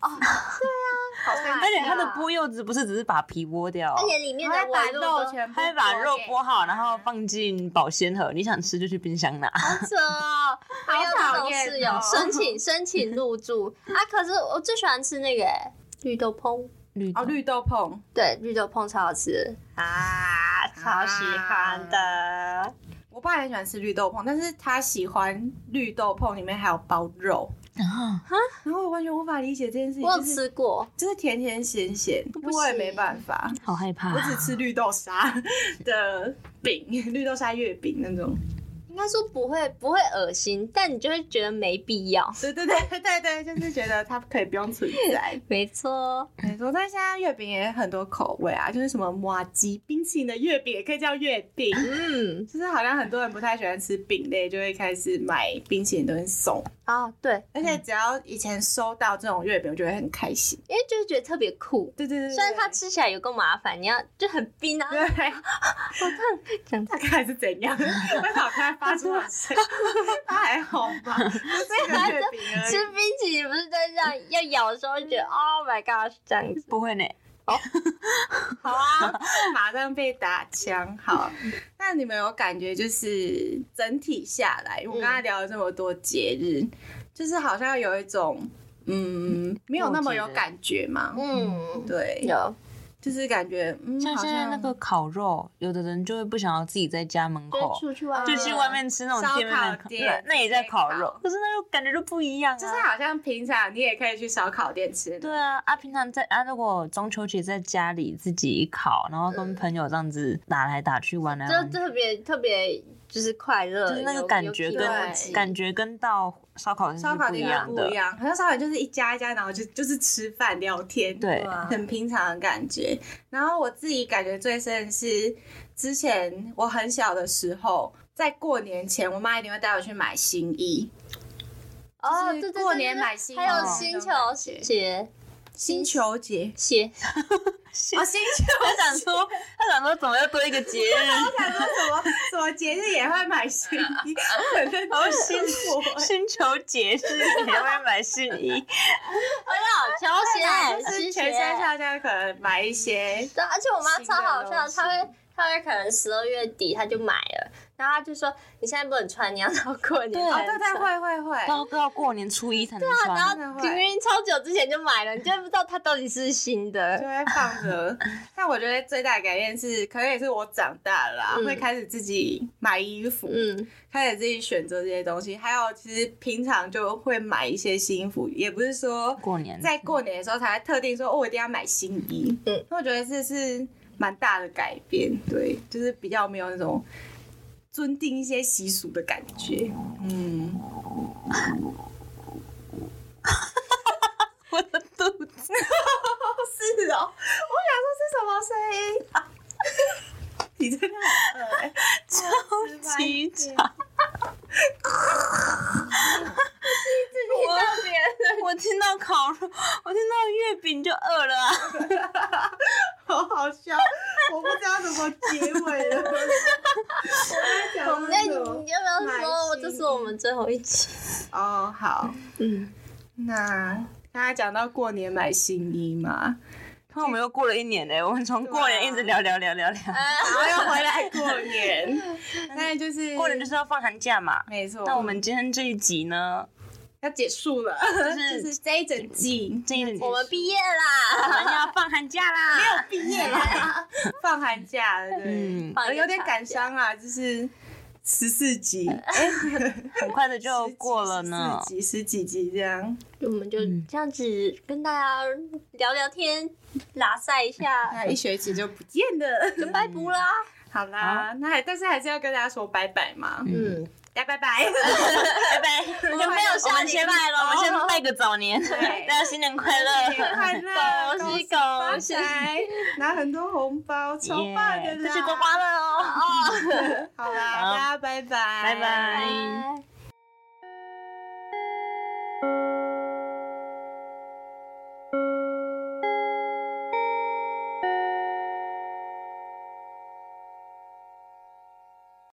[SPEAKER 1] 好看
[SPEAKER 3] 而且它的剥柚子不是只是把皮剥掉哦，
[SPEAKER 1] 而且里面
[SPEAKER 2] 还
[SPEAKER 1] 的
[SPEAKER 2] 会把
[SPEAKER 1] 纹路都
[SPEAKER 2] 肉全部
[SPEAKER 3] 他会把肉
[SPEAKER 2] 给
[SPEAKER 3] 剥好，然后放进保鲜盒，你想吃就去冰箱拿。
[SPEAKER 1] 扯哦， 还有这种室友
[SPEAKER 2] 好讨厌哦
[SPEAKER 1] 申请申请入住啊！可是我最喜欢吃那个哎绿豆椪，
[SPEAKER 3] 绿
[SPEAKER 2] 哦，绿豆椪。
[SPEAKER 1] 对，绿豆椪超好吃的啊，
[SPEAKER 2] 超喜欢
[SPEAKER 1] 的。
[SPEAKER 2] 啊我爸很喜欢吃绿豆椪，但是他喜欢绿豆椪里面还有包肉，
[SPEAKER 3] 啊
[SPEAKER 2] 然后我完全无法理解这件事情。
[SPEAKER 1] 我有
[SPEAKER 2] 就是
[SPEAKER 1] 吃过，
[SPEAKER 2] 就是甜甜咸咸，
[SPEAKER 1] 行
[SPEAKER 2] 我也没办法。
[SPEAKER 3] 好害怕
[SPEAKER 2] 我只吃绿豆沙的饼，绿豆沙月饼那种。
[SPEAKER 1] 应该说不会不会恶心，但你就会觉得没必要。
[SPEAKER 2] 对对对对对，就是觉得它可以不用存在。
[SPEAKER 1] 没错，
[SPEAKER 2] 没错，但现在月饼也很多口味啊，就是什么马吉冰淇淋的月饼也可以叫月饼。
[SPEAKER 1] 嗯
[SPEAKER 2] 就是好像很多人不太喜欢吃饼类，就会开始买冰淇淋都会送，
[SPEAKER 1] 啊，对，
[SPEAKER 2] 而且只要以前收到这种月饼，我就会很开心。
[SPEAKER 1] 因为就会觉得特别酷。
[SPEAKER 2] 对对对，对
[SPEAKER 1] 虽然它吃起来有够麻烦，你要就很冰啊，
[SPEAKER 2] 对，好烫，
[SPEAKER 1] 讲
[SPEAKER 2] 大概还是怎样？为啥他发出好声？他 还好 吧？就是一个月饼而已
[SPEAKER 1] 吃。冰淇淋不是在这样要咬的时候就觉得 Oh my God 这样子。
[SPEAKER 3] 不会呢，
[SPEAKER 2] 好啊，马上被打枪。好，那你们有感觉就是整体下来，
[SPEAKER 3] 嗯
[SPEAKER 2] 我们刚才聊了这么多节日，就是好像有一种嗯，没有那么有感觉嘛。
[SPEAKER 1] 嗯，
[SPEAKER 2] 对，
[SPEAKER 1] 有
[SPEAKER 2] 就是感觉嗯，
[SPEAKER 3] 像
[SPEAKER 2] 好
[SPEAKER 3] 现在那个烤肉，有的人就会不想要自己在家门口，
[SPEAKER 1] 出去外
[SPEAKER 3] 就
[SPEAKER 1] 面
[SPEAKER 3] 去外面吃那种店面的
[SPEAKER 2] 烧烤店
[SPEAKER 3] 对那也在烤
[SPEAKER 2] 烧
[SPEAKER 3] 肉
[SPEAKER 2] 烤，
[SPEAKER 3] 可是那个感觉就不一样
[SPEAKER 2] 就是
[SPEAKER 3] 啊。
[SPEAKER 2] 好像平常你也可以去烧烤店吃。
[SPEAKER 3] 对啊，啊，平常在啊，如果中秋节在家里自己烤，然后跟朋友这样子打来打去、玩来
[SPEAKER 1] 就
[SPEAKER 3] 玩去，
[SPEAKER 1] 特别特别就是快乐，
[SPEAKER 3] 就是那个
[SPEAKER 1] 有
[SPEAKER 3] 感
[SPEAKER 1] 有
[SPEAKER 3] 觉
[SPEAKER 1] 体
[SPEAKER 3] 跟
[SPEAKER 1] 会
[SPEAKER 2] 对
[SPEAKER 3] 感觉跟到烧烤店是
[SPEAKER 2] 烧烤
[SPEAKER 3] 不一
[SPEAKER 2] 店就
[SPEAKER 3] 样
[SPEAKER 2] 不
[SPEAKER 3] 的
[SPEAKER 2] 一。样，好像烧烤就是一家一家，然后就就是吃饭聊天，
[SPEAKER 3] 对
[SPEAKER 1] 啊
[SPEAKER 2] 很平常的感觉。然后我自己感觉最深的是，之前我很小的时候，在过年前，我妈一定会带我去买新衣，
[SPEAKER 1] 哦，
[SPEAKER 2] 就是
[SPEAKER 1] 对对对
[SPEAKER 2] 过
[SPEAKER 1] 对
[SPEAKER 2] 年
[SPEAKER 1] 对
[SPEAKER 2] 买新
[SPEAKER 1] 还有
[SPEAKER 2] 衣
[SPEAKER 1] 新
[SPEAKER 2] 那种
[SPEAKER 1] 球
[SPEAKER 2] 感觉
[SPEAKER 1] 鞋
[SPEAKER 2] 新球节。
[SPEAKER 1] 鞋，
[SPEAKER 2] 哦，星球
[SPEAKER 3] 他想说，他想说怎么又多一个节日？
[SPEAKER 2] 想说什么什么节日也会买新衣，很认
[SPEAKER 3] 好
[SPEAKER 2] 真
[SPEAKER 3] 辛
[SPEAKER 2] 生活
[SPEAKER 3] 星球节日你要不要买新衣？
[SPEAKER 1] 哦好，球
[SPEAKER 2] 就
[SPEAKER 1] 鞋、
[SPEAKER 2] 是
[SPEAKER 1] 新
[SPEAKER 2] 全
[SPEAKER 1] 鞋，
[SPEAKER 2] 身上下可能买一些，
[SPEAKER 1] 对，而且我妈
[SPEAKER 2] 新
[SPEAKER 1] 超
[SPEAKER 2] 的
[SPEAKER 1] 好笑，
[SPEAKER 2] 东西
[SPEAKER 1] 她会她会可能十二月底她就买了，然后她就说你现在不能穿，你要到过年
[SPEAKER 3] 对
[SPEAKER 2] 哦，
[SPEAKER 1] 才
[SPEAKER 2] 对
[SPEAKER 1] 能
[SPEAKER 2] 对，
[SPEAKER 1] 穿。
[SPEAKER 2] 会会会，
[SPEAKER 3] 到到过年初一才能
[SPEAKER 1] 啊然
[SPEAKER 3] 穿。
[SPEAKER 2] 真的
[SPEAKER 1] 后
[SPEAKER 2] 会
[SPEAKER 1] 明明超久之前就买了，你就不知道它到底是新
[SPEAKER 2] 就
[SPEAKER 1] 的。
[SPEAKER 2] 会放着。但我觉得最大的改变是，可能也是我长大了啦，
[SPEAKER 1] 嗯
[SPEAKER 2] 会开始自己买衣服，
[SPEAKER 1] 嗯，
[SPEAKER 2] 开始自己选择这些东西。还有，其实平常就会买一些新衣服，也不是说
[SPEAKER 3] 过年
[SPEAKER 2] 在过年的时候才会特定说，哦，我一定要买新衣。
[SPEAKER 1] 嗯，
[SPEAKER 2] 那我觉得这是蛮大的改变，对，就是比较没有那种。尊定一些习俗的感觉，嗯，
[SPEAKER 3] 我的肚子，
[SPEAKER 2] 是哦，我想说是什么声音？ 你真的很饿欸
[SPEAKER 3] 超级长。我我听到烤肉，我听到月饼就饿了、啊。
[SPEAKER 2] 好好笑，我不知道怎么结尾了。我在
[SPEAKER 1] 我
[SPEAKER 2] 讲
[SPEAKER 1] 们
[SPEAKER 2] 那
[SPEAKER 1] 那哎你要
[SPEAKER 2] 种
[SPEAKER 1] 不要
[SPEAKER 2] 买
[SPEAKER 1] 说，
[SPEAKER 2] 新
[SPEAKER 1] 这是我们最后一集？
[SPEAKER 2] 哦，好，
[SPEAKER 1] 嗯，
[SPEAKER 2] 那刚才讲到过年买新衣嘛，
[SPEAKER 3] 那我们又过了一年嘞、我们从过年一直聊聊聊聊聊，
[SPEAKER 2] 然后又回来过年，那就是
[SPEAKER 3] 过年就是要放寒假嘛。
[SPEAKER 2] 没错。
[SPEAKER 3] 那我们今天这一集呢，
[SPEAKER 2] 要结束了，
[SPEAKER 3] 是
[SPEAKER 2] 就是这一整季
[SPEAKER 3] 这一集
[SPEAKER 1] 我们毕业
[SPEAKER 3] 我
[SPEAKER 1] 啦，
[SPEAKER 3] 们 要放寒假啦。
[SPEAKER 2] 毕业 了，放寒假了，对
[SPEAKER 3] 嗯，
[SPEAKER 1] 放一个
[SPEAKER 2] 有点
[SPEAKER 1] 长
[SPEAKER 2] 感
[SPEAKER 1] 假
[SPEAKER 2] 伤啊，就是十四集，
[SPEAKER 3] 很快的就过了呢。
[SPEAKER 2] 十几十几集这样。
[SPEAKER 1] 我们就这样子跟大家聊聊天，拉塞一下，
[SPEAKER 2] 那一学期就不见了。
[SPEAKER 1] 拜拜啦。
[SPEAKER 2] 好啦，那还但是还是要跟大家说拜拜嘛，
[SPEAKER 1] 嗯，
[SPEAKER 2] 大家拜 拜。
[SPEAKER 3] 拜拜，我
[SPEAKER 1] 们没有
[SPEAKER 3] 我
[SPEAKER 1] 下
[SPEAKER 3] 们
[SPEAKER 1] 礼
[SPEAKER 3] 先
[SPEAKER 1] 拜
[SPEAKER 3] 拜了，我们
[SPEAKER 1] 哦
[SPEAKER 3] 先拜个早年，
[SPEAKER 2] 对
[SPEAKER 3] 大家新年快乐，
[SPEAKER 2] 新年快乐
[SPEAKER 3] 恭喜
[SPEAKER 2] 恭
[SPEAKER 3] 恭
[SPEAKER 2] 发
[SPEAKER 3] 喜，
[SPEAKER 2] 财，拿很多红包，超棒的
[SPEAKER 3] 耶
[SPEAKER 2] 啦！
[SPEAKER 3] 恭喜刮刮乐哦，
[SPEAKER 2] 好啦，大家拜拜，
[SPEAKER 3] 拜拜。
[SPEAKER 1] 拜。